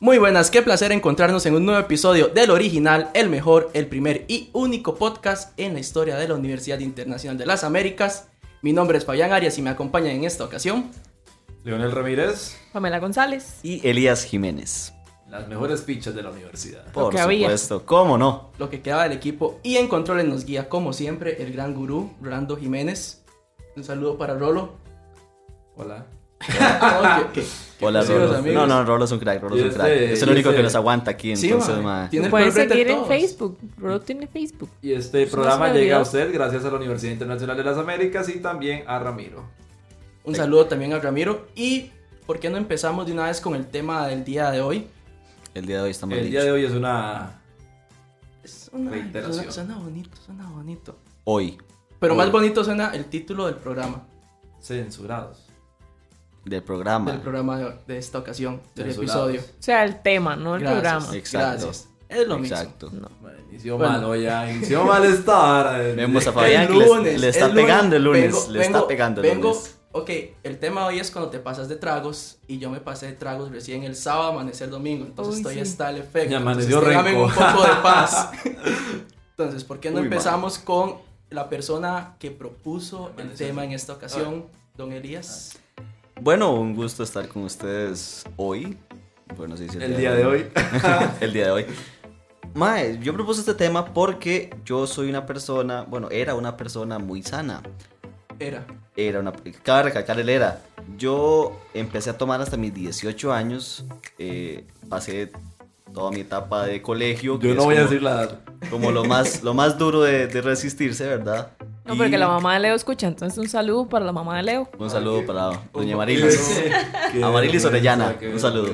Muy buenas, qué placer encontrarnos en un nuevo episodio del original, el mejor, el primer y único podcast en la historia de la Universidad Internacional de las Américas. Mi nombre es Fabián Arias y me acompaña en esta ocasión Leonel Ramírez, Pamela González. y Elías Jiménez. las mejores pichas de la universidad. Lo Por que había. supuesto, ¿cómo no? lo que queda del equipo y en controles nos guía como siempre el gran gurú Rolando Jiménez. Un saludo para Rolo. Ah, Hola. Ay, qué- qué- qué Hola, pusivos, Rolo. amigos. No, no, Rolo es un crack, Rolo es Y un este- crack. Es el y único este- que nos aguanta aquí, Sí, entonces, mae. mae. Tiene el Pueden perfil de seguir en todos. Facebook. Rolo tiene Facebook. Y este Pues no programa se me llega a olvidó. usted gracias a la Universidad Internacional de las Américas y también a Ramiro. Un saludo también a Ramiro. Y, ¿por qué no empezamos de una vez con el tema del día de hoy? El día de hoy estamos El listos. día de hoy es una... Suena, Reiteración. suena- suena bonito, suena bonito. Hoy, Pero más Hoy. bonito suena el título del programa, Censurados. del programa. del programa de, de esta ocasión, del Censurados. episodio. O sea, el tema, no el Gracias, programa. Exacto. Gracias. Es lo mismo. Exacto. No. Bueno, Inició Bueno. mal hoy, ya. Inició mal esta hora. Vemos a Eh, Fabián que le, le está es lunes. pegando el lunes. Vengo- le vengo- está pegando el vengo- lunes. Ok, el tema hoy es cuando te pasas de tragos y yo me pasé de tragos recién el sábado, amanecer domingo, entonces Uy, estoy sí. hasta el efecto. Y entonces amaneció téngame rico. un poco de paz. entonces, ¿por qué no Uy, empezamos con la persona que propuso el Amaneció tema en esta ocasión, don Elías? Bueno, un gusto estar con ustedes hoy. Bueno, sí, sí, El día de hoy. el día de hoy. Mae, yo propuse este tema porque yo soy una persona, bueno, era una persona muy sana. Era. Era una. Cabe recalcar el era. Yo empecé a tomar hasta mis 18 años. eh, pasé toda mi etapa de colegio. que Yo es no voy a como- decir la edad. Como lo más, lo más duro de, de resistirse, ¿verdad? No, Y porque la mamá de Leo escucha. Entonces, un saludo para la mamá de Leo. Un saludo Ay, para Doña Marilis Marilis. Amarilis Orellana, un saludo.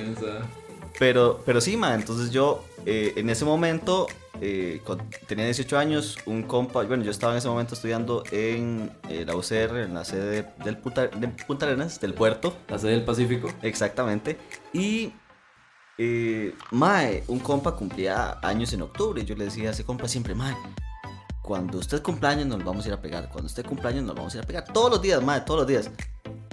Pero, pero sí, ma, entonces yo eh, en ese momento, eh, cuando tenía 18 años, un compa, bueno, yo estaba en ese momento estudiando en eh, la UCR, en la sede del Punta, de Punta Arenas, del puerto, La sede del Pacífico. exactamente. Y, eh, mae, un compa cumplía años en octubre, y yo le decía a ese compa siempre, mae, cuando usted cumpleaños nos vamos a ir a pegar, cuando usted cumpleaños nos vamos a ir a pegar, todos los días, mae, todos los días.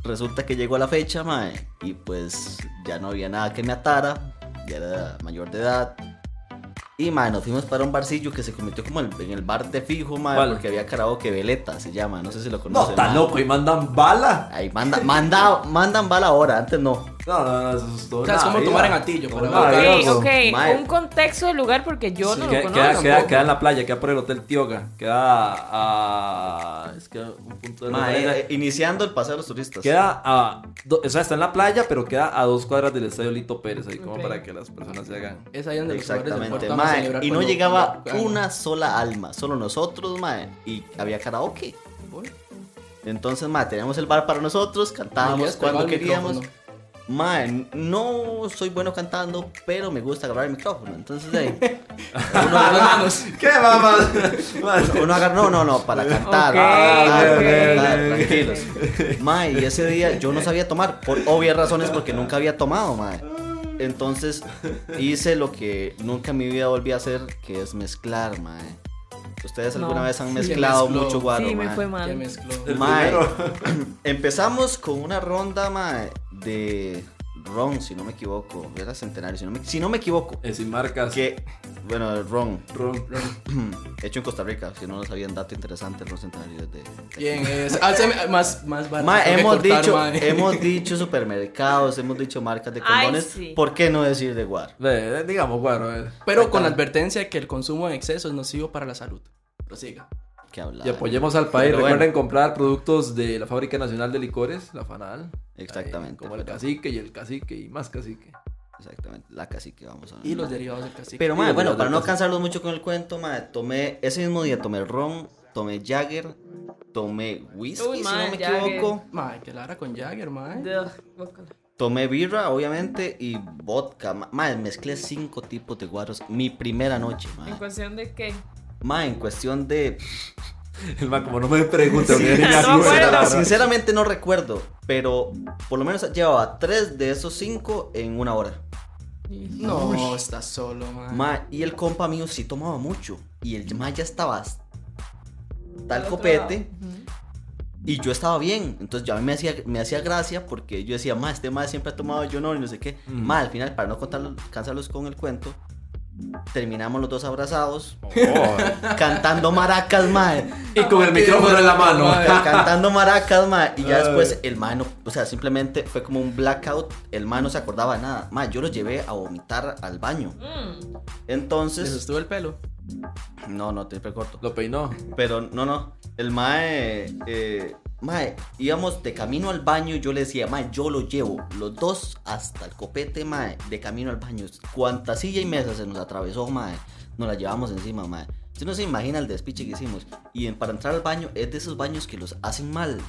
Resulta que llegó la fecha, mae, y pues ya no había nada que me atara, ya era mayor de edad. Y, mae, nos fuimos para un barcillo que se convirtió como en en el bar de fijo, mae, ¿Cuál? porque había karaoke, Veleta se llama, no sé si lo conocen. No, está mae. loco y mandan bala. Ahí manda, manda, mandan bala ahora, antes no. No, no, no, eso es todo. O sea, es como Navidad. tomar en gatillo, Todo para Ok, Ah, Navidad, Dios, ok. mae. Un contexto del lugar porque yo Sí, no Queda- lo conozco. queda, queda, tampoco. queda en la playa, queda por el Hotel Tioga, queda a... Es que un punto de Ma, referencia. eh, eh, iniciando el paseo de los turistas. Queda a... do- o sea, está en la playa, pero queda a dos cuadras del Estadio Lito Pérez, ahí como Ok. para que las personas se hagan... Es ahí donde los jugadores del Exactamente, Porto van a mae, celebrar Y no cuando- llegaba cuando- una sola alma, solo nosotros, mae. Y había karaoke. Entonces, mae, teníamos el bar para nosotros, cantábamos Elías pegaba cuando el queríamos. micrófono. Mae, no soy bueno cantando, pero me gusta grabar el micrófono. Entonces, de ahí, uno agarra- ¿Qué mamás? Uno agarra, no, no, no, para cantar. Ok, para cantar, ok, para ok. cantar, tranquilos. Mae, y ese día yo no sabía tomar, por obvias razones, porque nunca había tomado, mae. Entonces hice lo que nunca en mi vida volví a hacer, que es mezclar, mae. ¿Ustedes alguna No. vez han Sí, mezclado mezcló. mucho guaro, Sí, me mae? fue Ya mal. mezcló. El Mae, primero. empezamos con una ronda, mae, de ron, si no me equivoco. Era centenario, si no me, si no me equivoco. Eh, Sin marcas. Que, bueno, el ron, Ron, ron. hecho en Costa Rica, si no lo sabían, dato interesante, el ron centenario es de- de ¿Quién es? Ah, se me- más, más barato. Ma, tengo que hemos, cortar, dicho, ma. hemos dicho supermercados, hemos dicho marcas de Ay, condones. sí. ¿Por qué no decir de guar? Ve, eh, digamos, bueno, eh, Pero con la advertencia de que el consumo en exceso es nocivo para la salud. Prosiga. Que hablar. y apoyemos al país. Pero bueno. Recuerden comprar productos de la Fábrica Nacional de Licores, la FANAL. Exactamente. Ahí, eh, como el pero- cacique y el cacique y más cacique. Exactamente. La casi que vamos a Y los derivados del cacique. Pero, ma, y los bueno, derivados para del no cacique. cansarlos mucho con el cuento, ma, tomé. Ese mismo día tomé ron, tomé Jagger, tomé whisky, Uy, si ma, no me Jagger. equivoco. Ma, que Lara con Jagger, ma. Ugh, guácala. Tomé birra, obviamente, y vodka. Ma, ma, mezclé cinco tipos de guaros mi primera noche, ma. ¿En cuestión de qué? Ma, en cuestión de. El man, como no me pregunta, Sí, no me acuerdo. Sinceramente, sinceramente no recuerdo, pero por lo menos llevaba tres de esos cinco en una hora. No, está solo, Ah. ma. Ma, y el compa mío sí tomaba mucho. Y el ma ya estaba hasta Al tal otro copete lado. Ujú. Y yo estaba bien, entonces yo a mí me hacía, me hacía gracia porque yo decía, ma, este ma siempre ha tomado yo no, y no sé qué. Mm. Ma, al final, para no contarlos, cansarlos con el cuento, terminamos los dos abrazados, cantando maracas, ma. Oh. Y con el micrófono en la mano. cantando maracas, ma. Y ya después el ma no, o sea, simplemente fue como un blackout, el ma no se acordaba de nada. Ma, yo lo llevé a vomitar al baño. Mm. ¿Les Entonces, estuvo el pelo? no, no, te corto. Lo peinó. Pero no, no. El mae. eh, mae, íbamos de camino al baño. y Yo le decía, mae, yo lo llevo. Los dos hasta el copete, mae. De camino al baño. Cuánta silla y mesa se nos atravesó, mae. Nos la llevamos encima, mae. Usted no se imagina el despiche que hicimos. Y en- para entrar al baño, es de esos baños que los hacen mal.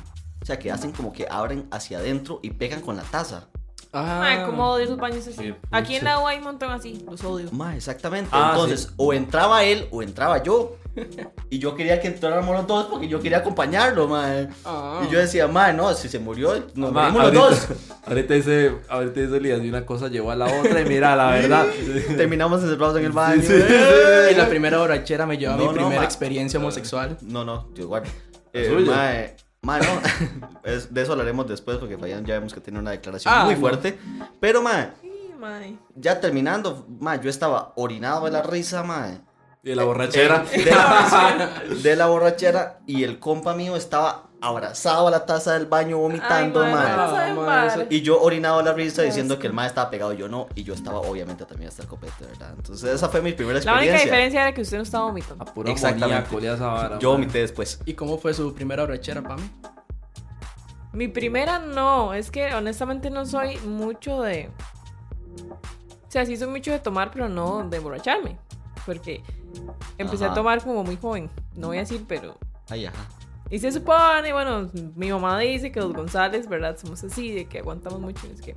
O sea, que hacen como que abren hacia adentro y pegan con la taza. Ah. Ay, cómo odio esos baños así. Qué Aquí en pucha. la U hay un montón así. Los odio. Mae, exactamente. Ah, Entonces, sí. o entraba él o entraba yo. Y yo quería que entráramos los dos porque yo quería acompañarlo, mae. Ah. Y yo decía, ma, no, si se murió, nos Ma, morimos los ahorita- dos. Ahorita dice, ahorita dice Elías, y una cosa llevó a la otra y mira, la verdad. Terminamos encerrados en el baño. Eh, Sí, sí, sí. Y la primera borrachera me llevó a No, mi no, primera ma. experiencia homosexual. No, no, yo guardo. Eh, suya. ma, eh, ma, no. Es- de eso hablaremos después porque Fabián ya vemos que tiene una declaración Ah, muy no. fuerte. Pero, ma, Sí, mae. ya terminando, ma, yo estaba orinado de la risa, ma. Y la borrachera. Eh, de, la, de la borrachera y el compa mío estaba abrazado a la taza del baño vomitando, Ay, mae, ma. eh. no saben Ah, mae, mal. eso- Y yo orinado a la risa Qué diciendo asco. que el mae estaba pegado, yo no, y yo estaba obviamente también hasta el copete, ¿verdad? Entonces esa fue mi primera La única experiencia. diferencia era que usted no estaba vomitando. A puro Exactamente. amoníaco le esa vara. yo ma. vomité después. ¿Y cómo fue su primera borrachera, Pame? Mi primera no, es que honestamente no soy mucho de... O sea, sí soy mucho de tomar, pero no de emborracharme. Porque empecé Ajá. a tomar como muy joven. No voy a decir, pero... Ay, ajá. Y se supone, bueno, mi mamá dice que los González, ¿verdad? Somos así, de que aguantamos mucho, es que...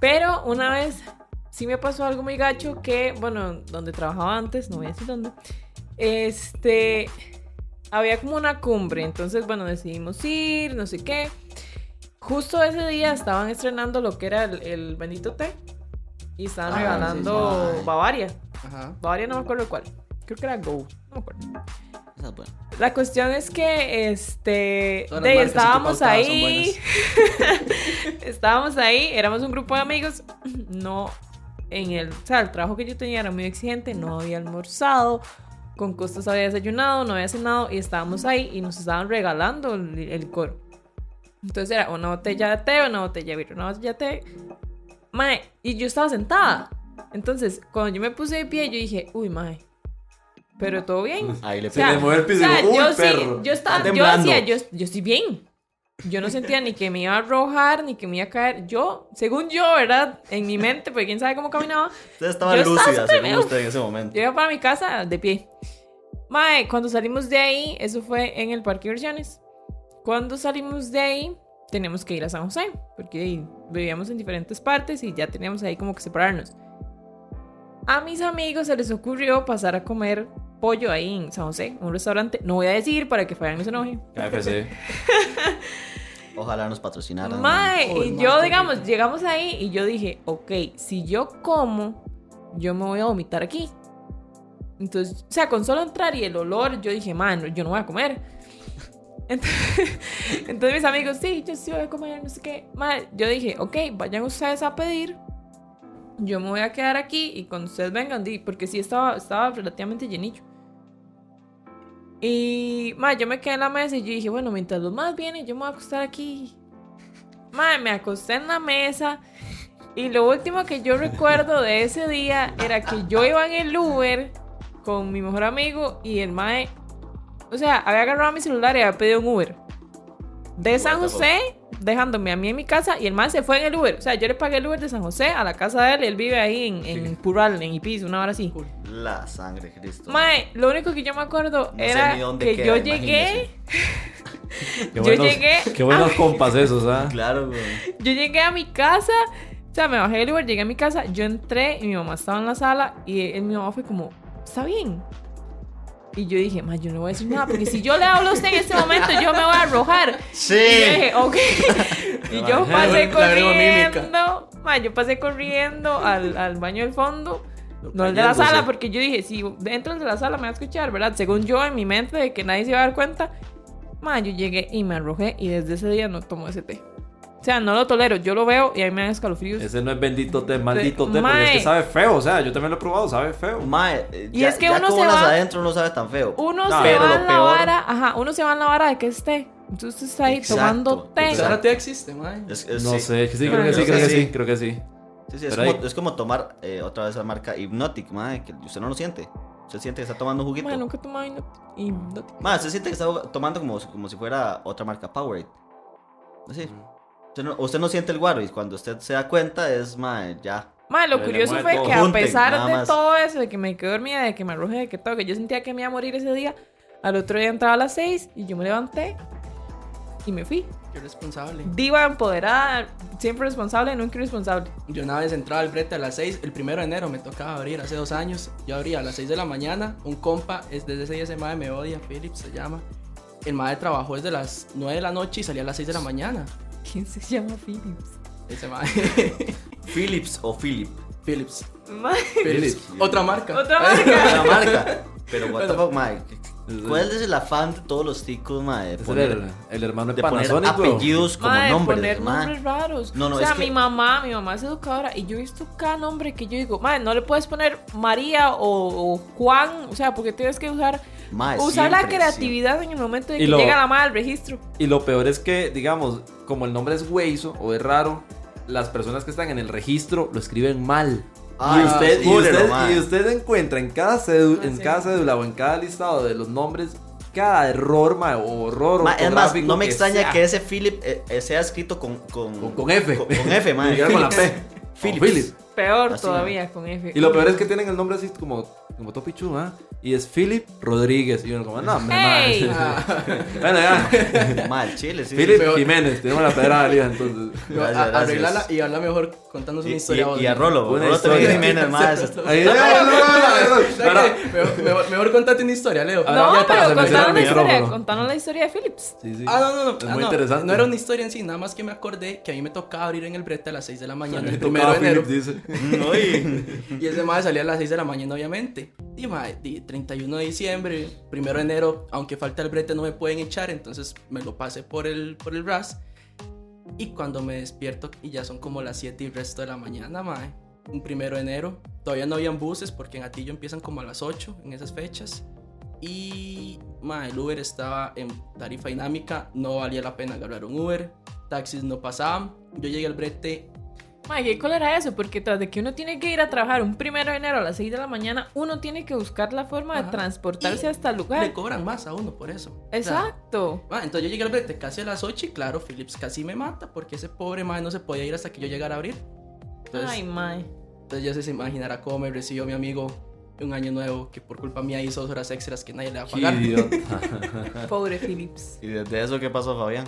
Pero una vez sí me pasó algo muy gacho que, bueno, donde trabajaba antes, no voy a decir dónde, este, había como una cumbre, entonces, bueno, decidimos ir, no sé qué. Justo ese día estaban estrenando lo que era el, el Benito Té y estaban Ah, sí, regalando sí. Bavaria. Ajá. Bavaria no me acuerdo cuál. Creo que era Go. No me acuerdo. Esa es buena. La cuestión es que, este, Todas las de, marcas que estábamos pautadas son ahí, estábamos ahí, éramos un grupo de amigos, no, en el, o sea, el trabajo que yo tenía era muy exigente, no había almorzado, con costos había desayunado, no había cenado y estábamos ahí y nos estaban regalando el, el licor. Entonces era una botella de té, una botella de vino, una botella de té. Mae, y yo estaba sentada. Entonces, cuando yo me puse de pie, yo dije, uy, mae, pero todo bien. Ahí le O Se sea, le mueve el piso y o sea, digo, "Uy, yo sí, perro, yo estaba, está yo temblando". decía, yo, yo estoy bien. Yo no sentía ni que me iba a arrojar, ni que me iba a caer. Yo, según yo, ¿verdad? En mi mente, porque quién sabe cómo caminaba, Usted estaba Yo estaba lúcida, súper según bien. usted en ese momento. yo iba para mi casa de pie. Mae, cuando salimos de ahí, eso fue en el Parque de Versiones. Cuando salimos de ahí, teníamos que ir a San José, porque ahí vivíamos en diferentes partes y ya teníamos ahí como que separarnos. A mis amigos se les ocurrió pasar a comer pollo ahí en San José, un restaurante. No voy a decir para que Fabián no se enoje. KFC. Ojalá nos patrocinaran. Mae, Uy, y mae, yo, qué digamos, rico. llegamos ahí y yo dije, ok, si yo como, yo me voy a vomitar aquí. Entonces, o sea, con solo entrar y el olor, yo dije, mano, yo no voy a comer. Entonces, entonces mis amigos, sí, yo sí voy a comer, no sé qué. Mae, yo dije, ok, vayan ustedes a pedir. Yo me voy a quedar aquí y cuando ustedes vengan, di, porque sí estaba, estaba relativamente llenillo. Y, mae, yo me quedé en la mesa y yo dije, bueno, mientras los más vienen, yo me voy a acostar aquí Madre, me acosté en la mesa y lo último que yo recuerdo de ese día era que yo iba en el Uber con mi mejor amigo y el mae, o sea, había agarrado mi celular y había pedido un Uber. De San What the José, dejándome a mí en mi casa y el mae se fue en el Uber. O sea, yo le pagué el Uber de San José a la casa de él, él vive ahí en, en Pural, en Ipiz, una hora así. Cool. La sangre, de Cristo. Mae, lo único que yo me acuerdo No sé era ni dónde que queda, yo llegué, imagínese. Qué Yo buenos- llegué Qué buenos compas esos, ¿ah? Claro, güey. Yo llegué a mi casa, o sea, me bajé del Uber, llegué a mi casa, yo entré y mi mamá estaba en la sala y él- mi mamá fue como, ¿está bien? Y yo dije, ma, yo no voy a decir nada, porque si yo le hablo a usted en este momento, yo me voy a arrojar. Y yo Sí. dije, ok. y yo La pasé agrego- la agrego corriendo, ma, yo pasé corriendo al, al baño del fondo. No el de la Cayéndose. sala, porque yo dije, si dentro de la sala me va a escuchar, ¿verdad? Según yo, en mi mente, de que nadie se va a dar cuenta. Ma, yo llegué y me arrojé y desde ese día no tomo ese té. O sea, no lo tolero, yo lo veo y ahí me dan escalofríos. Ese no es bendito té, maldito té, porque Mae. es que sabe feo. O sea, yo también lo he probado, sabe feo. Mae, eh, Y ya- es que ya uno con se unas va- adentro no sabe tan feo. Uno No, se pero va lo en la peor- vara, ajá, uno se va en la vara de que es té. Entonces usted está ahí Exacto, tomando té. Pues ahora te existe, mae. Es- es- No sí. sé, sí, creo creo que que sí, creo sí, Yo creo sé, que que sí. sí, sí, creo que sí. Sí, sí, es, Pero como, ahí- es como tomar eh, otra vez la marca Hypnotic, mae, que usted no lo siente. Usted siente que está tomando un juguito. Ma, nunca he tomado hipno- hipnótico. Mae, usted siente que está tomando como, como si fuera otra marca Powerade. Así. Usted no, usted no siente el guaro y cuando usted se da cuenta es, mae, ya. Ma, lo Le curioso mueve fue todo. que a Junten, pesar nada de más. todo eso, de que me quedé dormida, de que me arrojé, de que todo, que yo sentía que me iba a morir ese día, al otro día entraba a las 6 y yo me levanté y me fui. Qué responsable. Diva empoderada, siempre responsable, nunca irresponsable. Yo una vez entraba al brete a las 6, el primero de enero me tocaba abrir, hace dos años. Yo abría a las 6 de la mañana, un compa, es desde ese día ese mae me odia, Philip se llama. El mae trabajó desde las 9 de la noche y salía a las 6 de la mañana. ¿Quién se llama Phillips? Ese mae. Philips o Philip. Philips. Ma, Philips. Otra marca. Otra marca. la marca. Pero what the Pero- fuck, mae. ¿Cuál es el afán de todos los ticos, mae? de Es poner- el, el hermano de de poner Panasonic, weón. apellidos como Madre, nombres, poner mae. nombres raros. No, no, o sea, es que- mi mamá, mi mamá es educadora y yo he visto cada nombre que yo digo, madre, no le puedes poner María o, o Juan, o sea, porque tienes que usar Mae, usar la siempre, siempre. creatividad en el momento de Y que lo- llega la madre al registro. Y lo peor es que, digamos, como el nombre es hueso o es raro, las personas que están en el registro lo escriben mal. Ay, y, usted, y, Ah, júrelo, usted, mae. y usted encuentra en cada, cedu- Ah, en sí. cada cédula o en cada listado de los nombres cada error, mae, o horror. Ma, es más, ortográfico no me extraña sea. que ese Philip eh, eh, sea escrito con, con, Con- con F. Con, con F, Y madre. llegar con la P. Philips. O Philips. Peor Así, todavía con F. Y lo peor es que tienen el nombre así como, como Topichu, ¿ah? Y es Philip Rodríguez. Y uno como, no, hombre, Hey. mae. Ah, Bueno, ya. Mal, chile, sí. Philip Peor. Jiménez. Tenemos la pedrada de liga, entonces. no, Gracias, a- gracias. Arreglala y habla mejor contándonos sí. una Y, historia. vos, y, y a mae. Rolo, Buena Rolo también historia. Jiménez, madre. Ahí- no, no, no, no, no, ¿Sabes no. qué? Mejor, mejor- mejor contate una historia, Leo. Ah, No, ya para pero solucionar contanos el la historia, micrófono. contanos la historia de Phillips. Sí, sí. Ah, no, no, no. Es ah, muy no. interesante. No era una historia en sí, nada más que me acordé que a mí me tocaba abrir en el brete a las 6 de la mañana, el primero Tocaba de enero. Philip, dice. Mm, Y ese madre salía a las 6 de la mañana, obviamente. Y madre, di- 31 de diciembre, 1 de enero, aunque falta el brete, no me pueden echar, entonces me lo pasé por el, por el RAS. Y cuando me despierto, y ya son como las 7 y el resto de la mañana, madre. Un 1 de enero, todavía no habían buses porque en Atillo empiezan como a las 8 en esas fechas. Y madre, el Uber estaba en tarifa dinámica, no valía la pena agarrar un Uber, taxis no pasaban. Yo llegué al brete Madre, qué cólera eso, porque tras de que uno tiene que ir a trabajar un primero de enero a las 6 de la mañana, uno tiene que buscar la forma de Ajá. transportarse Y hasta el le lugar. cobran más a uno por eso. O sea, Exacto. Ma, Ah, entonces yo llegué al brete casi a las 8 y claro, Phillips casi me mata porque ese pobre madre no se podía ir hasta que yo llegara a abrir. Entonces, Ay, madre. entonces ya se imaginará cómo me recibió mi amigo un año nuevo que por culpa mía hizo dos horas extras que nadie le va a Qué pagar. idiota. Pobre Phillips. ¿Y desde eso qué pasó, Fabián?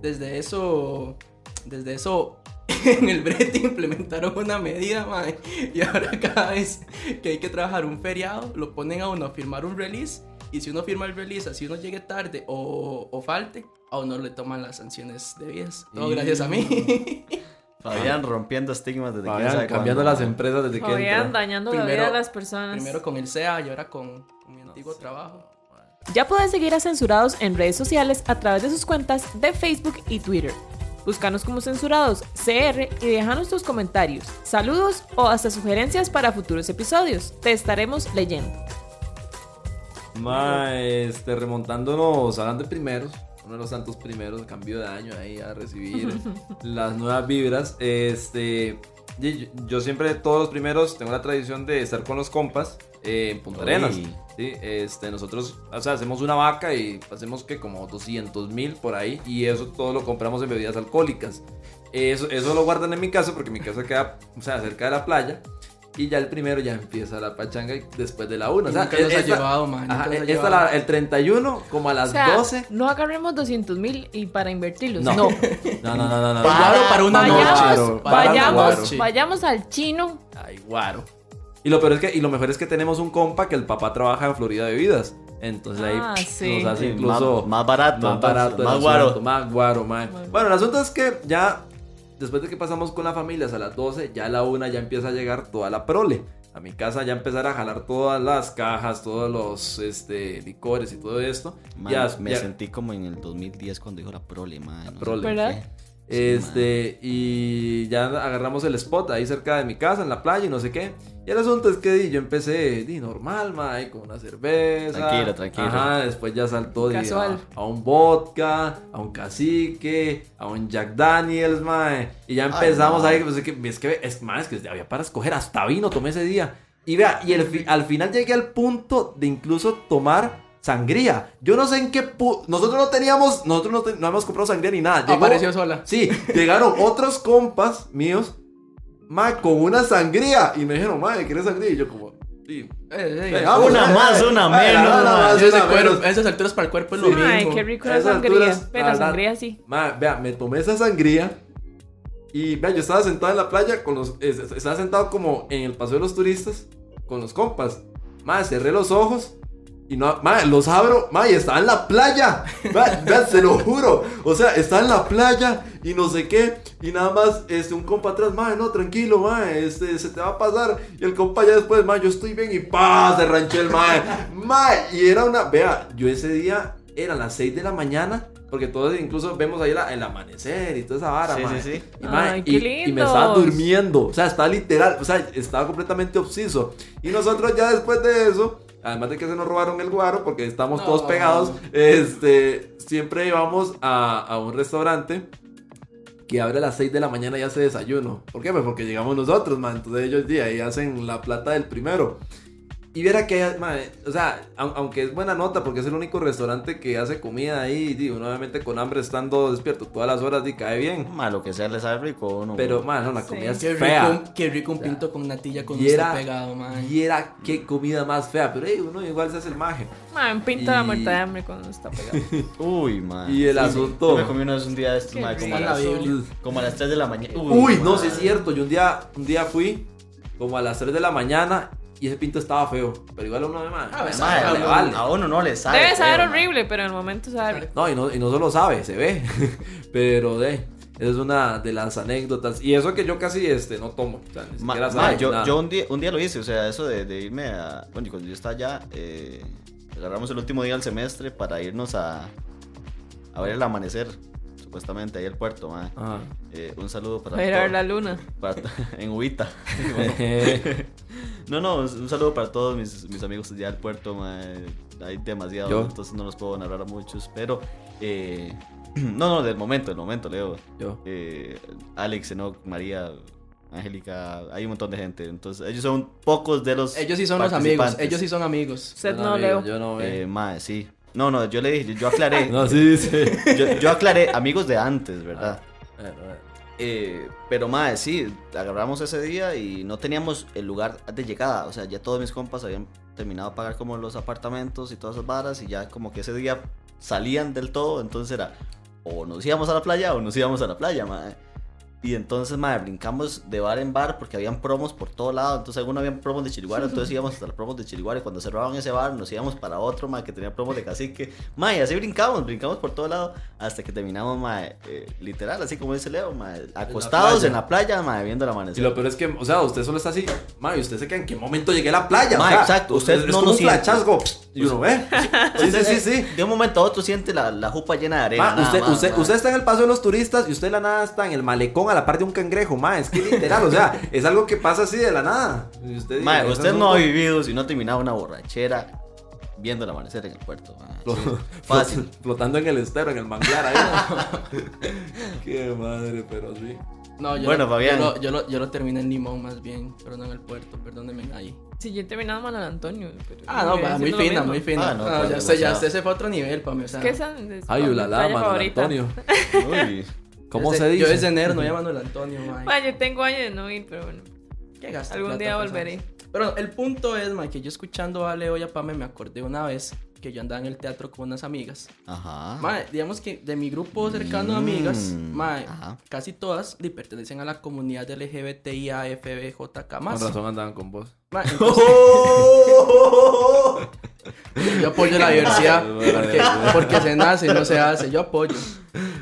Desde eso, desde eso, en el brete implementaron una medida, mae, y ahora cada vez que hay que trabajar un feriado, lo ponen a uno a firmar un release, y si uno firma el release, así uno llegue tarde o, o falte, a uno le toman las sanciones debidas. Todo Y- gracias a mí. Fabián rompiendo estigmas desde Ah. Fabián, quién sabe cambiando cuándo, las empresas desde que Fabián, entra. dañando la vida Primero- de las personas. Primero con el SEA y ahora con, con mi antiguo trabajo. Ya pueden seguir a Censurados en redes sociales a través de sus cuentas de Facebook y Twitter. Búscanos como Censurados CR y déjanos tus comentarios, saludos o hasta sugerencias para futuros episodios. Te estaremos leyendo. Ma, este, remontándonos, hablando de primeros, uno de los santos primeros, cambio de año ahí a recibir las nuevas vibras. Este, y yo, yo siempre, todos los primeros, tengo la tradición de estar con los compas eh, en Punta Uy. Arenas. ¿sí? Este, nosotros, o sea, hacemos una vaca y hacemos que como 200 mil por ahí, y eso todo lo compramos en bebidas alcohólicas. Eso, eso lo guardan en mi casa porque mi casa queda, o sea, cerca de la playa. Y ya el primero ya empieza la pachanga y después de la una. O sea, nunca los ha esta- llevado, man. nunca Ajá, e, los ha esta llevado. la- el 31 como a las 12. no agarremos 200 mil y para invertirlos. No. No. No, no, no, no. no. Para- Guaro para una Vayamos, noche. Para vayamos, guaro. vayamos al chino. Ay, guaro. Y lo peor es que y lo mejor es que tenemos un compa que el papá trabaja en Florida Bebidas. Entonces ahí pues, Ah, sí. nos hace Sí, incluso más, más barato, más entonces, barato el más asunto, guaro. Más guaro, mae. Más Bueno, el asunto es que ya después de que pasamos con la familia a las 12, ya a la una ya empieza a llegar toda la prole. a mi casa ya empezar a jalar todas las cajas, todos los este, licores y todo esto. Mae, ya, me ya- sentí como en el 2010 cuando dijo la prole, mae. no sé prole. por qué. ¿Verdad? Este, y ya agarramos el spot ahí cerca de mi casa, en la playa y no sé qué. Y el asunto es que di, yo empecé di, normal, mae, con una cerveza. Tranquilo, tranquilo. Ajá, después ya saltó di, a, Casual. a un vodka, a un cacique, a un Jack Daniels, mae. Y ya empezamos mae. ahí, pues, es que, es que, es, mae, es que había para escoger, hasta vino tomé ese día. Y vea, y el fi- al final llegué al punto de incluso tomar sangría. Yo no sé en qué... pu- nosotros no teníamos, nosotros no, te- no habíamos comprado sangría ni nada. Llegó- Apareció sola. Sí, llegaron otros compas míos, ma, con una sangría. Y me dijeron, ma, ¿quieres sangría? Y yo como, sí. Eh, eh, eh, vamos, una eh, más, eh, una eh, menos, nada ma. más, Yo ese una cuero- menos. a esas alturas para el cuerpo es lo Ay, mismo. qué rico A la esas sangría. alturas, Pero la verdad. sangría sí. Ma, vea, me tomé esa sangría. Y vea, yo estaba sentado en la playa con los... es- es- Estaba sentado como en el paseo de los turistas con los compas. Ma, cerré los ojos. Y no, ma, los abro, ma, y estaba en la playa. Ma, vea, se lo juro. O sea, estaba en la playa y no sé qué. Y nada más, este, un compa atrás, ma, no, tranquilo, ma, este, se te va a pasar. Y el compa ya después, ma, yo estoy bien y pa, se ranché el ma. Ma, y era una, vea, yo ese día eran las 6 de la mañana. Porque todos incluso vemos ahí la- el amanecer y toda esa vara, Sí, ma. sí, sí. Y, ma, Ay, y- qué y me estaba lindos. durmiendo. O sea, estaba literal. O sea, estaba completamente obseso. Y nosotros ya después de eso, además de que se nos robaron el guaro porque estamos No. todos pegados, este, siempre íbamos a, a un restaurante que abre a las 6 de la mañana y hace desayuno. ¿Por qué? Pues porque llegamos nosotros, man. Entonces ellos sí, ahí hacen la plata del primero. Y viera que, ma, o sea, au- aunque es buena nota porque es el único restaurante que hace comida ahí, y uno obviamente con hambre estando despierto todas las horas y cae bien. Ma, lo que sea le sabe rico o no. Pero, mano, la Sí. comida Qué es rico, fea. un- qué rico un pinto con natilla con Y un era- pegado, man. Y era qué comida más fea. Pero, hey, uno igual se hace el maje. Man, pinta la Y- muerta de hambre cuando está pegada. Uy, ma. Y el Sí, sí. asunto- Yo me comí uno de esos un día de estos, Qué ma, como a, rico. las, Está bien. como a las 3 de la mañana. Uy, no, ma. sí es cierto. Yo un día, un día fui como a las 3 de la mañana y ese pinto estaba feo. Pero igual a uno de más. Ah, ves, Ma, Ah, a- vale. A uno no le sabe. Debe saber feo, ma. horrible, pero en el momento sabe. No, y no, y no solo sabe, se ve. Pero, de, esa es una de las anécdotas. Y eso que yo casi este, no tomo. O sea, ni Ma- siquiera ma, sabe yo, nada. yo un, día, un día lo hice, o sea, eso de, de irme a... Bueno, y cuando yo estaba allá, eh, agarramos el último día del semestre para irnos a, a ver el amanecer, supuestamente, ahí al puerto, ma. Ajá. Eh, un saludo para... Voy a ir a ver todo- la luna. para to- en Ubita. no, no, un, un saludo para todos mis, mis amigos allá del puerto, ma. Hay demasiados, Yo. entonces no los puedo narrar a muchos, pero... eh, no, no, del momento, del momento, Leo yo. eh, Alex, Enoch, María, Angélica, hay un montón de gente. Entonces, ellos son pocos de los. Ellos sí son los amigos, participantes. ellos sí son amigos. Usted Yo no, amigo, Leo. Yo no Eh, veo. mae, sí. No, no, yo le dije, yo aclaré. no, sí, sí. Ah, yo, yo aclaré, amigos de antes, ¿verdad? Ah. Bueno, bueno. Eh, pero mae, sí, agarramos ese día y no teníamos el lugar de llegada. O sea, ya todos mis compas habían terminado de pagar como los apartamentos y todas esas varas y ya como que ese día salían del todo. Entonces era o nos íbamos a la playa o nos íbamos a la playa, mae. Y entonces, mae, brincamos de bar en bar porque habían promos por todo lado. Entonces, algunos habían promos de Chiriguaro, entonces íbamos hasta las promos de Chiriguaro. Y cuando cerraban ese bar, nos íbamos para otro, mae, que tenía promos de cacique. Mae, y así brincamos, brincamos por todo lado hasta que terminamos, mae, eh, literal, así como dice Leo, mae, acostados playa. en la playa, mae, viendo el Y amanecer. lo peor es que, o sea, usted solo está así, ma, y usted se queda en qué momento llegué a la playa. Ma, o sea, exacto, usted es no como lo un siente. flachazgo. Y uno ve. Sí, sí, Usted, sí, eh, sí. De un momento a otro siente la, la jupa llena de arena. Ma, nada usted, más, usted, mae. usted está en el paso de los turistas y usted de la nada está en el malecón a la par de un cangrejo, ma. Es que literal, o sea, es algo que pasa así de la nada. Y usted, dice, Mae, "Eso usted es no ha un- vivido si no ha terminado una borrachera viendo el amanecer en el puerto. mae. flo- Sí, flot- fácil. Flotando en el estero, en el manglar ahí. qué madre, pero sí. No, yo Bueno, lo, Fabián. Yo lo, yo, lo, yo lo terminé en Limón más bien, pero no en el puerto, perdónenme ahí. Sí, yo he terminado mal al Antonio. pero- Ah, no, Estoy va, muy haciendo lo fina, mismo. muy fina. Ah, no, No, claro, ya sé, ya demasiado. sé, ese fue otro nivel para mí, o sea. Es que esa es Ay, mi ulala, playa Manuel favorita. Antonio. Uy. ¿Cómo yo se sé- dice? Yo desde enero no llamo a Manuel Antonio, man. Man, yo tengo años de no ir, pero bueno. Algún día volveré. Pero el punto es, man, que yo escuchando a Leo y a Pame me acordé una vez que yo andaba en el teatro con unas amigas. Ajá. Mae, digamos que de mi grupo cercano de amigas, Mm, mae, ajá. casi todas di, pertenecen a la comunidad LGBTIAFBJK+. Con razón andaban con vos. Mae, entonces, Yo apoyo la diversidad Bueno, porque, bueno. porque se nace, no se hace. Yo apoyo.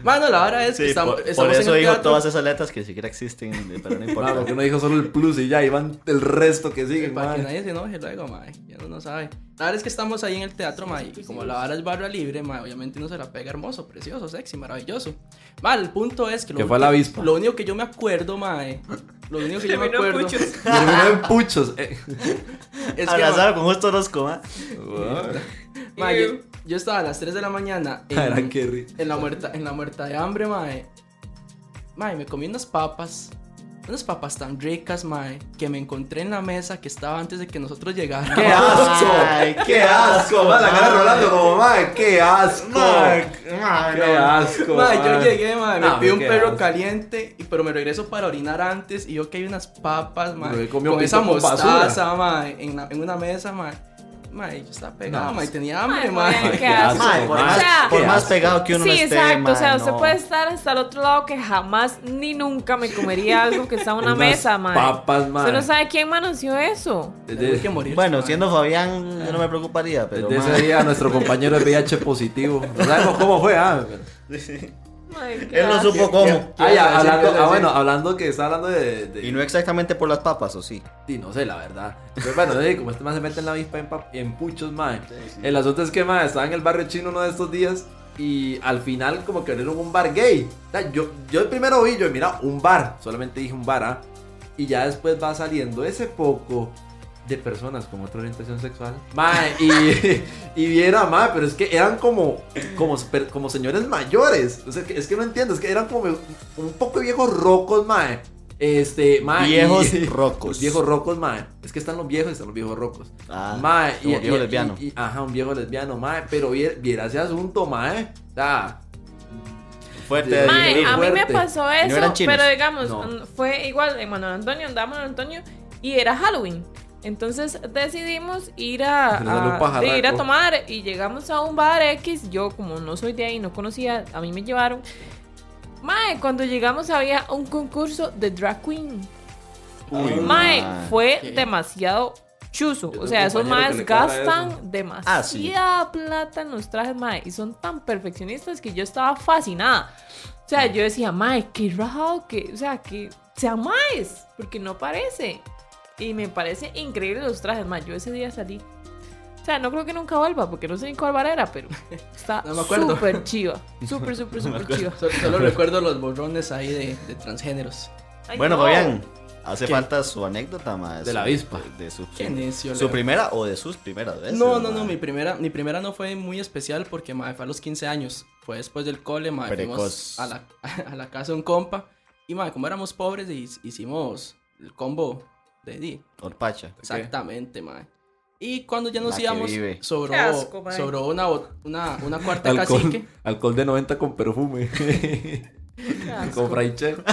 Mano, la hora es que Sí, estamos, por, por estamos eso en el dijo teatro. todas esas letras que siquiera existen, pero no importa. Claro, que no dijo solo el plus y ya, iban el resto que sigue. Para que mae. nadie se enoje luego, mae. Ya uno no sabe. La verdad es que estamos ahí en el teatro, mae. Y como la vara es barra libre, mae, obviamente uno se la pega hermoso, precioso, sexy, maravilloso. Mae, el punto es que lo, Que fue a la ulti- avispa. lo único que yo me acuerdo, mae. Lo único que yo me Terminó acuerdo puchos. es Terminó en puchos. eh. que Abrazado con justo Orozco, ¿ah? mae, yo, yo estaba a las 3 de la mañana en, Era que rico. en la, muerta, en la muerta de hambre, mae. Mae, me comí unas papas. Unas papas tan ricas, mae, que me encontré en la mesa que estaba antes de que nosotros llegáramos. ¡Qué asco! Ay, ¡Qué asco! mae, la cara rolando como, mae, ¡qué asco! ¡Qué asco! Ma, yo mae. llegué, ma, me Ah, pidió un qué perro asco. caliente, y- pero me regreso para orinar antes y yo que hay unas papas, ma, Pero él comió con pizza esa con basura. mostaza, ma, en, la- en una mesa, ma. Ma, y yo estaba pegado, No. ma, y tenía hambre, Ay, ma. mae, qué asco, asco. Mae, por, mae. más, O sea, por Qué más asco. pegado que uno Sí, no esté, exacto. o sea, mae, usted no. puede estar hasta el otro lado que jamás ni nunca me comería algo que está en una Unas mesa, man. Papas, mae. Usted no sabe quién manoseó eso. Desde- Tengo que morir. Bueno, ma. siendo Fabián, yo no me preocuparía, pero. Desde mae. ese día nuestro compañero es VIH positivo. No sabemos cómo fue, ah. pero- Ay, qué Él no asco. supo cómo. Ah, ya, hablando- decir, ah, bueno, hablando que está hablando de. de- Y no exactamente por las papas, ¿o sí? y no sé, la verdad. Pero bueno, sí, como este man se mete en la avispa en, pap- en puchos, mae. El asunto es que, mae, estaba en el barrio chino uno de estos días y al final como que abrieron un bar gay. O sea, yo, yo primero vi, yo, mira, un bar. Solamente dije un bar, ah. Y ya después va saliendo ese poco de personas con otra orientación sexual. Mae, y, y viera, mae, pero es que eran como, como, per- como señores mayores. O sea, que- es que no entiendo, es que eran como, como un poco de viejos rocos, mae. Este, mae. y- Viejos rocos. Viejos rocos, mae. Es que están los viejos y están los viejos rocos. Ah, mae, como viejo lesbiano. y- ajá, un viejo lesbiano, mae. Pero viera, viera ese asunto, mae. O sea, Fuerte. de- de- Mae, Bien a mí me fuerte. pasó no eso, eran chinos? pero digamos, No. mm, fue igual en Manuel Antonio, andábamos en Manuel Antonio y era Halloween. Entonces decidimos ir a, Se nos salió un a- pajarraco. de ir a tomar y llegamos a un bar X. Yo, como no soy de ahí, no conocía, a mí me llevaron. Mae, cuando llegamos había un concurso de drag queen. Uy, Mae, mae. fue ¿Qué? demasiado chuzo. Ah, Yo tengo O sea, un esos compañero que maes le cuadra gastan eso. demasiada Ah, sí. plata en los trajes, mae. Y son tan perfeccionistas que yo estaba fascinada. O sea, yo decía, mae, qué rajado que, o sea, que sean maes, porque no parece. Y me parece increíble los trajes, mae. Yo ese día salí. O sea, no creo que nunca vuelva, porque no sé ni cuál vara era, pero está No me acuerdo. súper chiva. Súper, súper, súper chiva. Sol- Solo, recuerdo los borrones ahí de, de transgéneros. Ay, Bueno, no. Fabián, hace ¿Qué? falta su anécdota, mae. De su- la avispa. De, de su, Qué necio, su la- primera o de sus primeras veces. No, no, mae. no, mi primera, mi primera no fue muy especial porque mae, fue a los 15 años. Fue después del cole, mae, fuimos Precoz. a la, a la casa de un compa. Y mae, como éramos pobres, hi- hicimos el combo de, di, Orpacha. Exactamente, mae. Y cuando ya nos La que íbamos, vive. sobró, Qué asco, mae. sobró una, bot- una, una cuarta alcohol, cacique. alcohol de 90 con perfume. Qué asco. con Fraichel.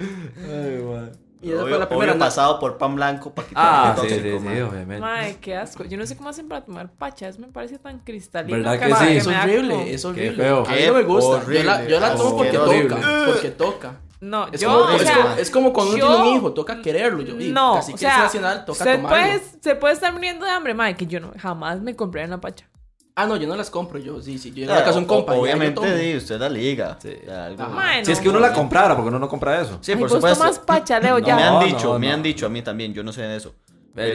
Ay, mae. Y esa Obvio- fue la primera. obvio ¿no? pasado por pan blanco para quitar Ah, el sí, sí, tóxico, sí, mae. obviamente. Mae, qué asco. Yo no sé cómo hacen para tomar pachas. Me parece tan cristalino. ¿Verdad que hasta sí? Mae, es me da como- horrible, es horrible. feo. A mí no me gusta. Yo la, yo la Qué tomo porque horrible. toca. Porque toca. No, Es, yo, como, o es sea, como- es como cuando uno yo- tiene un hijo, toca quererlo. Yo, y no, Así o que es sea, nacional, toca se, tomarlo. puede, se puede estar muriendo de hambre, mae, que yo no, jamás me compré en la pacha. Ah, no, yo no las compro. Yo, sí, sí. Yo llego a la Claro, casa de un o- compa. y ya yo tomo. Obviamente, di, usted la liga. Sí. O sea, algo- Ajá. Mae, no. Si es que uno la comprara, porque uno no compra eso. Sí, Ay, por vos supuesto. tomás pacha, Leo, No, ya. Me han No, dicho, no, me no. han dicho a mí también, yo no sé en eso. Pero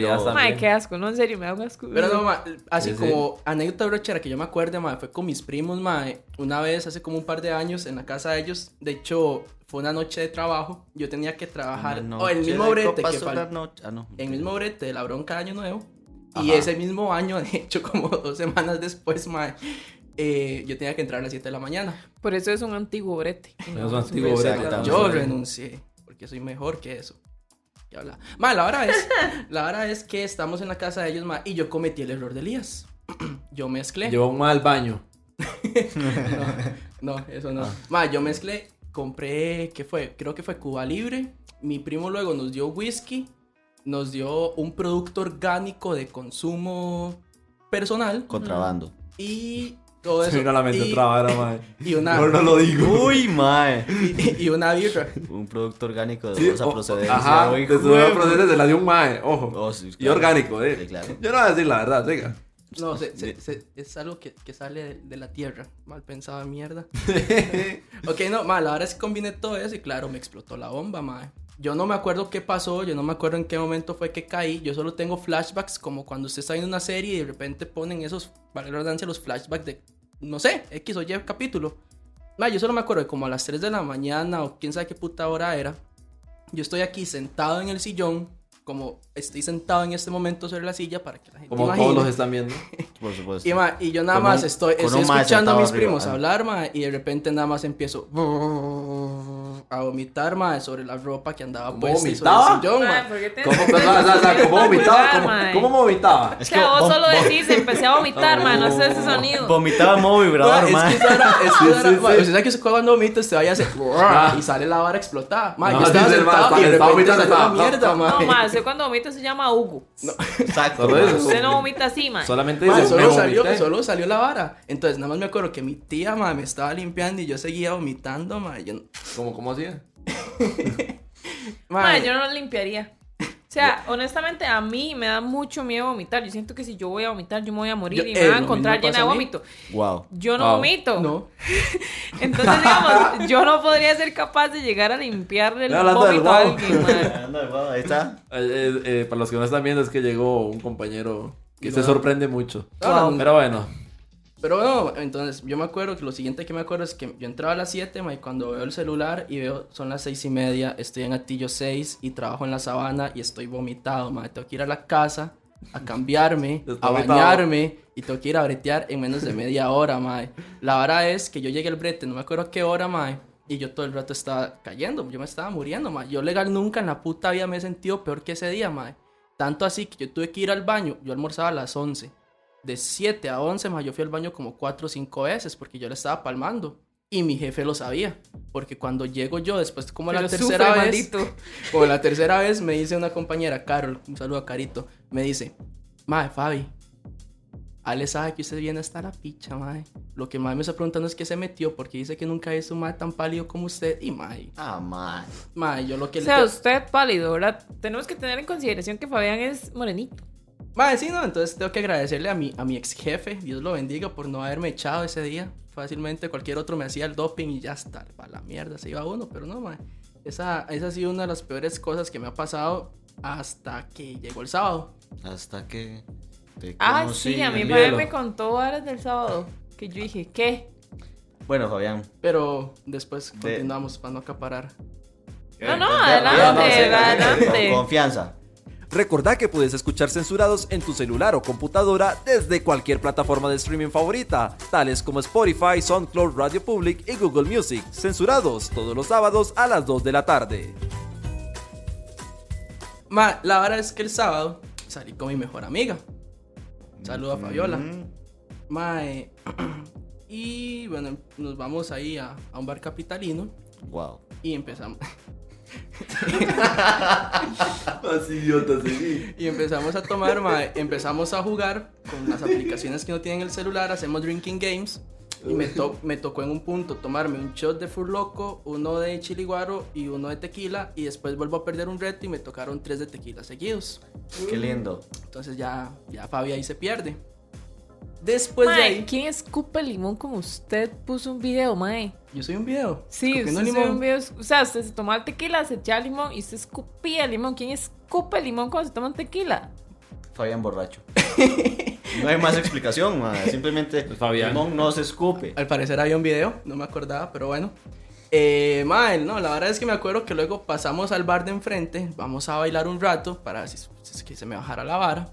Pero- ya está. Mae, bien. qué asco. No, en serio, me da un asco. Pero no, ma, así Sí, sí. como anécdota brochera que yo me acuerdo, ma, fue con mis primos, ma, una vez hace como un par de años en la casa de ellos, de hecho, fue una noche de trabajo, yo tenía que trabajar, Una o el noche mismo de brete, copas, que fal- una noche- ah, no. el mismo brete de la bronca de Año Nuevo, y Ajá. ese mismo año, de hecho, como dos semanas después, ma, eh, yo tenía que entrar a las 7 de la mañana, Por eso es un antiguo brete. Es un antiguo Exacto. brete. yo Sí. renuncié, porque soy mejor que eso. Y habla. Ma, la hora es, la hora es que estamos en la casa de ellos, ma, y yo cometí el error de Elías. Yo mezclé. Llevó un mal al baño. No, no, eso Ah. no. Ma, yo mezclé, compré, ¿qué fue? Creo que fue Cuba Libre. Mi primo luego nos dio whisky, nos dio un producto orgánico de consumo personal Contrabando. y todo Se eso. me vino a la mente y, otra vara, mae. y una Mejor no lo digo. Uy, mae. y, y una birra. Un producto Uh, orgánico de Sí, oh, dudosa o- procedencia. Ajá, uy, de su jue- procedencia se la dio un mae, ojo. Oh, sí, Y claro. orgánico, Sí, eh. claro. Yo no voy a decir la verdad, siga. No, se- se- se- es algo que, que sale de, de la tierra. Mal pensada mierda. ok, no, ma, la verdad es que combiné todo eso y claro, me explotó la bomba, ma. Yo no me acuerdo qué pasó, yo no me acuerdo en qué momento fue que caí. Yo solo tengo flashbacks como cuando usted está viendo una serie y de repente ponen esos, para la redundancia, los flashbacks de, no sé, X o Y capítulo. Ma, yo solo me acuerdo de como a las 3 de la mañana o quién sabe qué puta hora era. Yo estoy aquí sentado en el sillón, como estoy sentado en este momento sobre la silla para que la gente Como imagine. todos los están viendo. Por supuesto. Y, ma, y yo nada Con un- más estoy, con estoy un mae escuchando a sentado mis arriba, primos ah. hablar, ma, y de repente nada más empiezo a vomitar, ma, sobre la ropa que andaba ¿Cómo puesta y sobre vomitaba? el sillón, ma. Mae, ¿por qué te- ¿Cómo, o sea, o sea, o sea, ¿cómo vomitaba? ¿Cómo, Mae. cómo vomitaba? O sea, vos solo decís, empecé a vomitar, Oh. man, no sé ese sonido. Vomitaba en modo Ah, Ma, vibrador, es mae. que eso era, eso Sí, era, sí, ma, sí. usted sabe que usted cuando vomita se vaya a hacer y sale la vara explotada. Ma, No, yo estaba sí, sí, sentado ma, y de estaba repente vomitando, salió la estaba- mierda, ma. No, man, usted cuando vomita se llama Hugo. Exacto. Solo mae. eso. Usted no vomita así, man. Solamente Ma, dice, me solo, salió, vomité. solo salió la vara. Entonces, nada más me acuerdo que mi tía, ma, me estaba limpiando y yo seguía vomitando, ma. y Yo, ¿Cómo, cómo hacía? ma, Man, yo no lo limpiaría. O sea, honestamente, a mí me da mucho miedo vomitar. Yo siento que si yo voy a vomitar, yo me voy a morir Yo- y eh, me van a lo encontrar mismo llena pasa de a mí. vómito. Wow. Yo no Wow. vomito. no. Entonces, digamos, yo no podría ser capaz de llegar a limpiarle el Estoy hablando del vómito a wow. alguien, man. Ah, Anda, wow, ahí está. Eh, eh, eh, para los que no están viendo, es que llegó un compañero que se sorprende mucho. Wow. Pero bueno, Pero no, entonces yo me acuerdo que lo siguiente que me acuerdo es que yo entraba a las 7, ma, y cuando veo el celular y veo son las 6 y media, estoy en Atillo 6 y trabajo en la sabana y estoy vomitado, ma. Tengo que ir a la casa a cambiarme, Está a vomitado. bañarme y tengo que ir a bretear en menos de media hora, ma. La hora es que yo llegué al brete, no me acuerdo a qué hora, ma. Y yo todo el rato estaba cayendo, yo me estaba muriendo, ma. Yo legal nunca en la puta vida me he sentido peor que ese día, ma. Tanto así que yo tuve que ir al baño, yo almorzaba a las 11 de 7 a 11, más yo fui al baño como 4 o 5 veces porque yo le estaba palmando. Y mi jefe lo sabía, porque cuando llego yo, después como la Pero tercera sufre, vez, maldito. como la tercera vez me dice una compañera, Carol, un saludo a Carito, me dice, Mae, Fabi, Ale sabe que usted viene hasta la picha, Mae. Lo que Mae me está preguntando es que se metió, porque dice que nunca ha visto un Mae tan pálido como usted. Y Mae, Ah, mae. Mae, yo lo que O sea, le... usted pálido, ¿verdad? Tenemos que tener en consideración que Fabián es morenito. Mae, sí, no, entonces tengo que agradecerle a mi, a mi ex jefe, Dios lo bendiga, por no haberme echado ese día. Fácilmente cualquier otro me hacía el doping y ya está, para la mierda, se iba uno, pero no, mae. Esa, esa ha sido una de las peores cosas que me ha pasado hasta que llegó el sábado. Hasta que. te Ah, conocí. sí, a mí envíalo. Fabián me contó horas del sábado que yo dije, ¿qué? Bueno, Fabián. Pero después De- continuamos para no acaparar. No, no, Ya, no, sí, adelante, Con adelante. confianza. Recordá que puedes escuchar censurados en tu celular o computadora desde cualquier plataforma de streaming favorita, tales como Spotify, SoundCloud, Radio Public y Google Music. Censurados todos los sábados a las 2 de la tarde. Ma, la verdad es que el sábado salí con mi mejor amiga. Saludo a Fabiola. Mm. Mae. Y bueno, nos vamos ahí a, a un bar capitalino Wow. y empezamos. Más idiota, sí. Y empezamos a tomar, mae, empezamos a jugar con las aplicaciones que no tienen el celular, hacemos drinking games. Y me, to- me tocó en un punto tomarme un shot de furloco, uno de chiliguaro y uno de tequila. Y después vuelvo a perder un reto y me tocaron tres de tequila seguidos. Qué lindo. Entonces ya, ya Fabi ahí se pierde. Después Pues de Mae, ahí, ¿quién escupe limón como usted puso un video, mae? yo soy un video. Sí, escupiendo usted subió limón. un video, o sea, usted se tomaba el tequila, se echaba limón y usted escupía el limón. ¿Quién escupe el limón cuando se toma un tequila? Fabián borracho. No hay más explicación, mae. Simplemente Fabián. Limón no se escupe. Al parecer había un video, no me acordaba, pero bueno. Eh, mae, no, la verdad es que me acuerdo que luego pasamos al bar de enfrente, vamos a bailar un rato para si, si es que se me bajara la vara.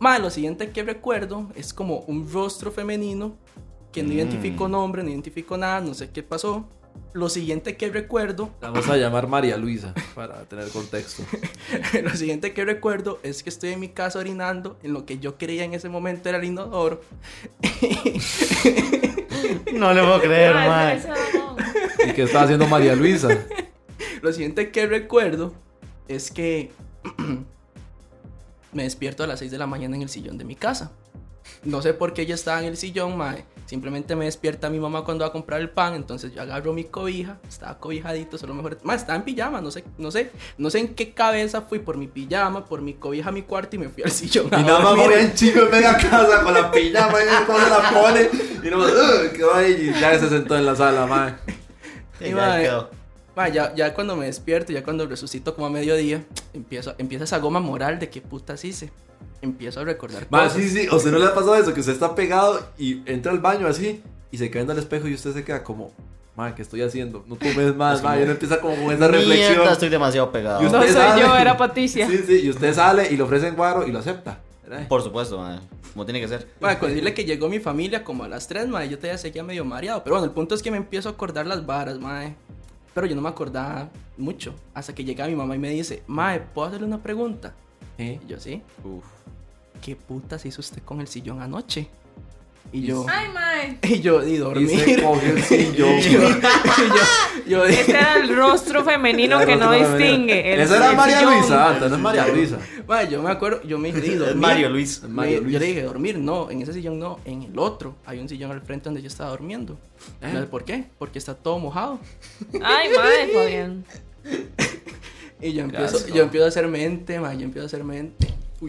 Mae, lo siguiente que recuerdo es como un rostro femenino que no identifico nombre, no identifico nada, no sé qué pasó. Lo siguiente que recuerdo Vamos a llamar María Luisa para tener contexto. lo siguiente que recuerdo es que estoy en mi casa orinando en lo que yo creía en ese momento era el inodoro. No le puedo creer, Ah, mae. ese- ese no, no. ¿Y qué estaba haciendo María Luisa? Lo siguiente que recuerdo es que me despierto a las 6 de la mañana en el sillón de mi casa. No sé por qué ella estaba en el sillón, mae. Simplemente me despierta mi mamá cuando va a comprar el pan, entonces yo agarro mi cobija, estaba cobijadito, solo mejor, más estaba en pijama, no sé, no sé, no sé en qué cabeza fui por mi pijama, por mi cobija a mi cuarto y me fui al sillón. a Y nada más dormir. mira el chico en media casa con la pijama y cómo se la pone. Y no más, "Ugh, qué va", y ya se sentó en la sala, madre. Y, mae, mae, ya, ya cuando me despierto, ya cuando resucito como a mediodía, empiezo, empieza esa goma moral de qué putas hice. Empiezo a recordar Madre, cosas. sí, sí, o sea, no le ha pasado eso, que usted está pegado y entra al baño así y se cae en el espejo y usted se queda como, madre, ¿qué estoy haciendo? No comes más, madre. Y uno empieza como con esa reflexión. Mierda, estoy demasiado pegado. Y usted No soy sale- yo, era Patricia. Sí, sí, y usted sale y le ofrecen guaro y lo acepta. ¿verdad? Por supuesto, mae, como tiene que ser. Bueno, con decirle que llegó mi familia como a las 3, madre, yo todavía seguía medio mareado. Pero bueno, el punto es que me empiezo a acordar las varas, madre. Pero yo no me acordaba mucho. Hasta que llega mi mamá y me dice, madre, ¿puedo hacerle una pregunta? Sí. Y yo, sí. Uf. ¿Qué putas hizo usted con el sillón anoche? Y yo, Ay, mae. y yo, y Y dormir. se coge el Y yo, sillón. y yo, yo- Ese este era el rostro femenino que no distingue. El- Esa era el María sillón. Luisa, antes, no es María Luisa. madre, yo me acuerdo, yo me dije, Es dormir. Mario Luis. Me- Mario Luis. yo le dije, dormir no, en ese sillón no, en el otro. Hay un sillón al frente donde yo estaba durmiendo. ¿Eh? No sé ¿Por qué? Porque está todo mojado. Ay, mae, Fabián. Y yo Casi, empiezo, ¿no? yo empiezo a hacer mente, ma, yo empiezo a hacer mente.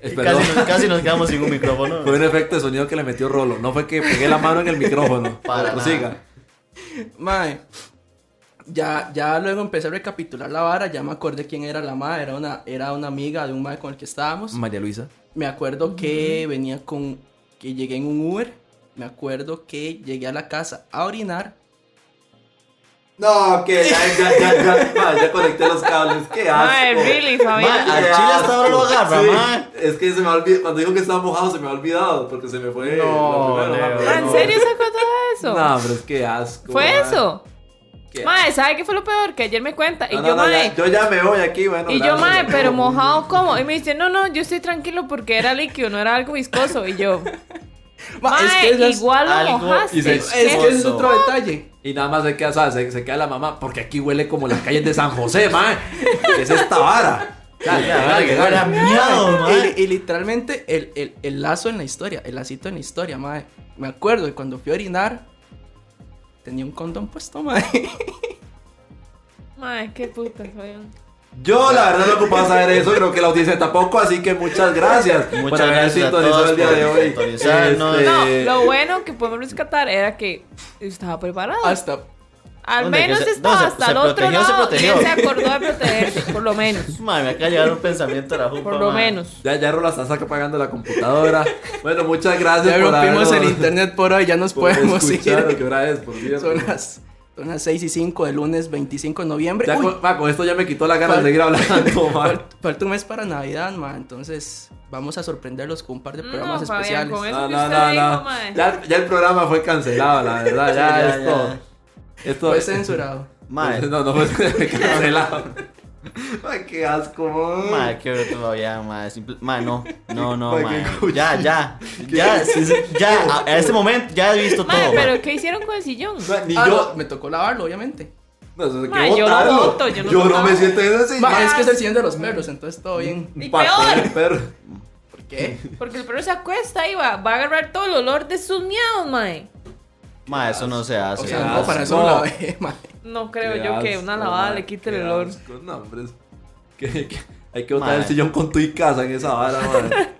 Espera, Casi nos, casi nos quedamos sin un micrófono. Fue un efecto de sonido que le metió Rolo. No fue que pegué la mano en el micrófono. Para Pero prosiga. Mae, ya, ya luego empecé a recapitular la vara, ya me acordé quién era la madre, era una, era una amiga de un mae con el que estábamos. María Luisa. Me acuerdo que venía con, que llegué en un Uber, me acuerdo que llegué a la casa a orinar. No, que ya, ya, ya, ya, ma, ya conecté los cables. Qué asco. Mae, really, Fabián. Mae, al chile hasta ahora lo agarra, Sí, ma. Es que se me ha olvidado. Cuando dijo que estaba mojado, se me ha olvidado. Porque se me fue. No, lo primero, Leo, ma, Ah, pero ¿En no. serio se acuerda de eso? No, pero es que asco. ¿Fue ma. eso? Qué Mae, ¿sabe qué fue lo peor? Que ayer me cuenta. Y No, no, yo, no, mae. ya- yo ya me voy aquí, bueno. Y yo, gracias. mae, pero mojado, ¿cómo? Y me dice, no, no, yo estoy tranquilo porque era líquido, no era algo viscoso. Y yo, Ma, mae, esas- igual lo algo mojaste. y se- es que es otro detalle. Y nada más se queda, ¿sabes? Se, se queda la mamá, porque aquí huele como las calles de San José, mae. ¿Qué es esta vara? Dale, dale, dale, dale. Era miado, mae. Y, y literalmente el, el- el lazo en la historia, el lacito en la historia, madre. Me acuerdo que cuando fui a orinar, tenía un condón puesto, madre. Mae, qué puta, Fabián. Yo la verdad no ocupaba saber eso, creo que la audiencia tampoco, así que muchas gracias. Muchas por haber gracias a sintonizado todos el día por de hoy. sintonizarnos. No, Este, lo bueno que podemos rescatar era que estaba preparado. Hasta Al Hombre, que menos se- estaba no, se- hasta se el otro protegió, se lado. protegió. Él se acordó de protegerse, por lo menos. Mae, me acaba de llegar un pensamiento a la jupa, Por lo mae. menos. Ya, ya Rola está saca- apagando la computadora. Bueno, muchas gracias ya por rompimos el habernos- internet por hoy, ya nos por podemos escuchar, ir. ¿Qué hora es? Por cierto. Son las, son las 6 y 5 del lunes 25 de noviembre. Ya Uy, con, ma, con esto ya me quitó la gana de seguir hablando, ma. fal- falta un mes para Navidad, ma. Entonces vamos a sorprenderlos con un par de No, programas Fabián, especiales. con eso No, que no, usted no, dijo, no. mae. Ya, ya el programa fue cancelado, la verdad. Ya, Sí, ya, esto. Esto Fue censurado. Mae, No, no fue cancelado. Ay, qué asco, ma. Mae, qué bruto todavía, mae. Simple... Mae, no. No, no, Mae, mae. qué cuchi. Ya, ya. Ya, sí, sí, ya. A, a este momento ya he visto Mae, todo. mae. pero ¿qué hicieron con el sillón? Ma, Ni Ah, yo. no, me tocó lavarlo, obviamente. No, eso hay que Ma, yo lo botarlo. boto, yo no Yo lo no me hago. siento en ese Ma, sillón. es que es el sillón de los perros, entonces todo bien. Y Pa' peor. tener perro. ¿Por qué? Porque el perro se acuesta y va, va a agarrar todo el olor de sus miados, mae. Mae, eso no se hace. O Qué sea, no, para eso asco. no lavé, ma. No creo Qué yo que asco, una lavada ma, le quite qué el olor. asco. No, hombre. es- que- que- Hay que botar Ma. el sillón con tu y casa en esa vara, madre.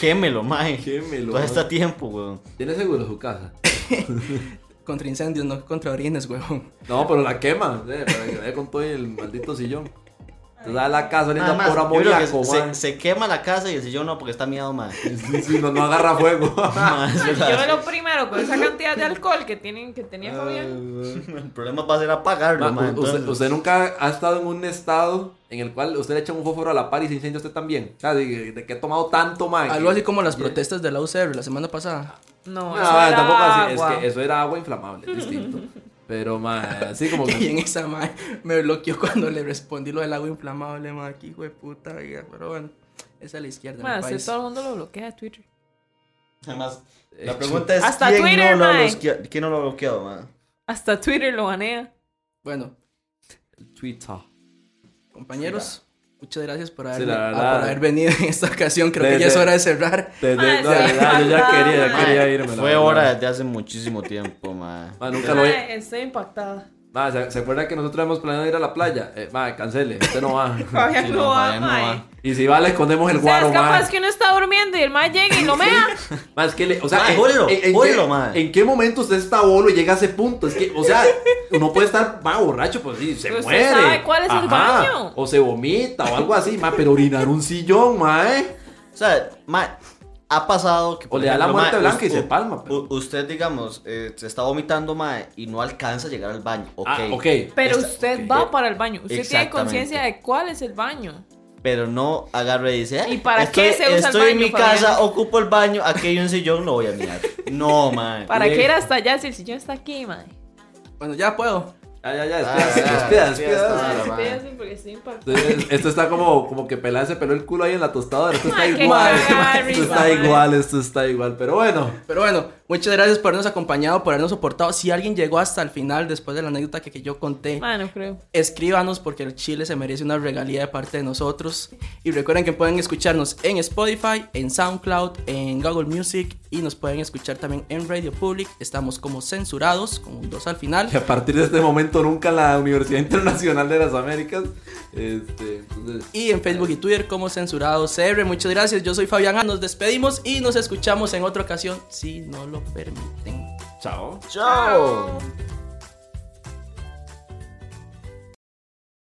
Quémelo, mae. Quémelo, Todo está mae. a tiempo, weón. ¿Tiene seguro su casa? Contra incendios, no contra orines, huevón. No, pero la quema. eh, para que vaya con todo y el maldito sillón. Te da la casa Nada linda más, por yo creo que amoríaco, se, man. se quema la casa y el sillón no, porque está miado, mae. Sí, sí, no, no agarra fuego. Mae, es Mae, verdad. Yo lo primero, con esa cantidad de alcohol que, tienen, que tenía Ah. Fabián. Ma, El problema va a ser apagarlo, mae. usted, entonces. usted nunca ha estado en un estado en el cual usted le echa un fósforo a la par y se incendia usted también. O sea, de, de que ha tomado tanto, man. Algo así como las protestas de la UCR la semana pasada. No, No, eso era tampoco así. agua. Es que eso era agua inflamable, distinto. Pero, más así como Y que. en esa madre me bloqueó cuando le respondí lo del agua inflamable, ma. Aquí, hijo de puta, oiga, Pero bueno, esa es la izquierda. Mae, del usted país. todo el mundo lo bloquea de Twitter. Además, eh, la pregunta es: Hasta ¿quién, Twitter, no lo mae. bloquea- ¿Quién no lo ha bloqueado, mae? Hasta Twitter lo banea. Bueno, Twitter. compañeros, Muchas gracias por, Sí, haberme- la ah, verdad. por haber venido en esta ocasión. Creo que De- ya es de- hora de cerrar. Te- te- Mae, no, de sí, verdad, yo ya faltaba, quería, ya mae. quería irme. la Fue verdad. hora desde hace muchísimo tiempo, mae. Mae, nunca lo he... Mae, Estoy impactada. Mae, ¿se, se acuerda que nosotros hemos planeado ir a la playa? Eh, mae, cancele, usted no va. Fabián Sí, no no, va, Fabián no mae. va. Y si va, le escondemos el O sea, guaro, es capaz mae. que uno está durmiendo y el mae llega y lo mea. Mae, es que le- o sea, Mae, en- bólelo, en, en bólelo, qué, mae. ¿en qué momento usted está bolo y llega a ese punto? Es que, o sea, uno puede estar más borracho, pues sí, se Pero usted muere. sabe cuál es el baño. O se vomita o algo así, mae, pero orinar un sillón, mae. O sea, mae, ha pasado que. O le da la muerte mae, blanca y us- se u- palma, pero- u- Usted, digamos, eh, se está vomitando, mae, y no alcanza a llegar al baño. Ok. Ah, ok. Pero Esta- usted ok. va para el baño. Usted tiene Exactamente. conciencia de cuál es el baño. Pero no agarra y dice. "Ay, ¿Y para qué se usa el Estoy en baño, mi Fabián? casa, ocupo el baño, aquí hay un sillón, lo voy a mirar. No, mae. ¿Para Bien. qué ir hasta allá si el sillón está aquí, mae? Bueno, ya puedo. Ya, ya, ya, Ah, despídase, ya, despídase, despídase. despídase. Ah, Mae, la sí, madre. espérense porque estoy impactada. Entonces, Esto está como, como que pelada se peló el culo ahí en la tostadora. Esto está Ay, qué igual. cagada, Esto está risa, igual, esto está igual. Pero bueno, Pero bueno, muchas gracias por habernos acompañado, por habernos soportado. Si alguien llegó hasta el final después de la anécdota que, que yo conté, Mae, no creo. escríbanos porque el Chile se merece una regalía de parte de nosotros. Y recuerden que pueden escucharnos en Spotify, en SoundCloud, en Google Music y nos pueden escuchar también en Radio Public. Estamos como censurados, con un 2 al final. que a partir de este momento nunca la Universidad Internacional de las Américas. Este, entonces, Y en Facebook y Twitter como censurados CR. Muchas gracias, yo soy Fabián. Nos despedimos y nos escuchamos en otra ocasión si no lo permiten. chao. Chao.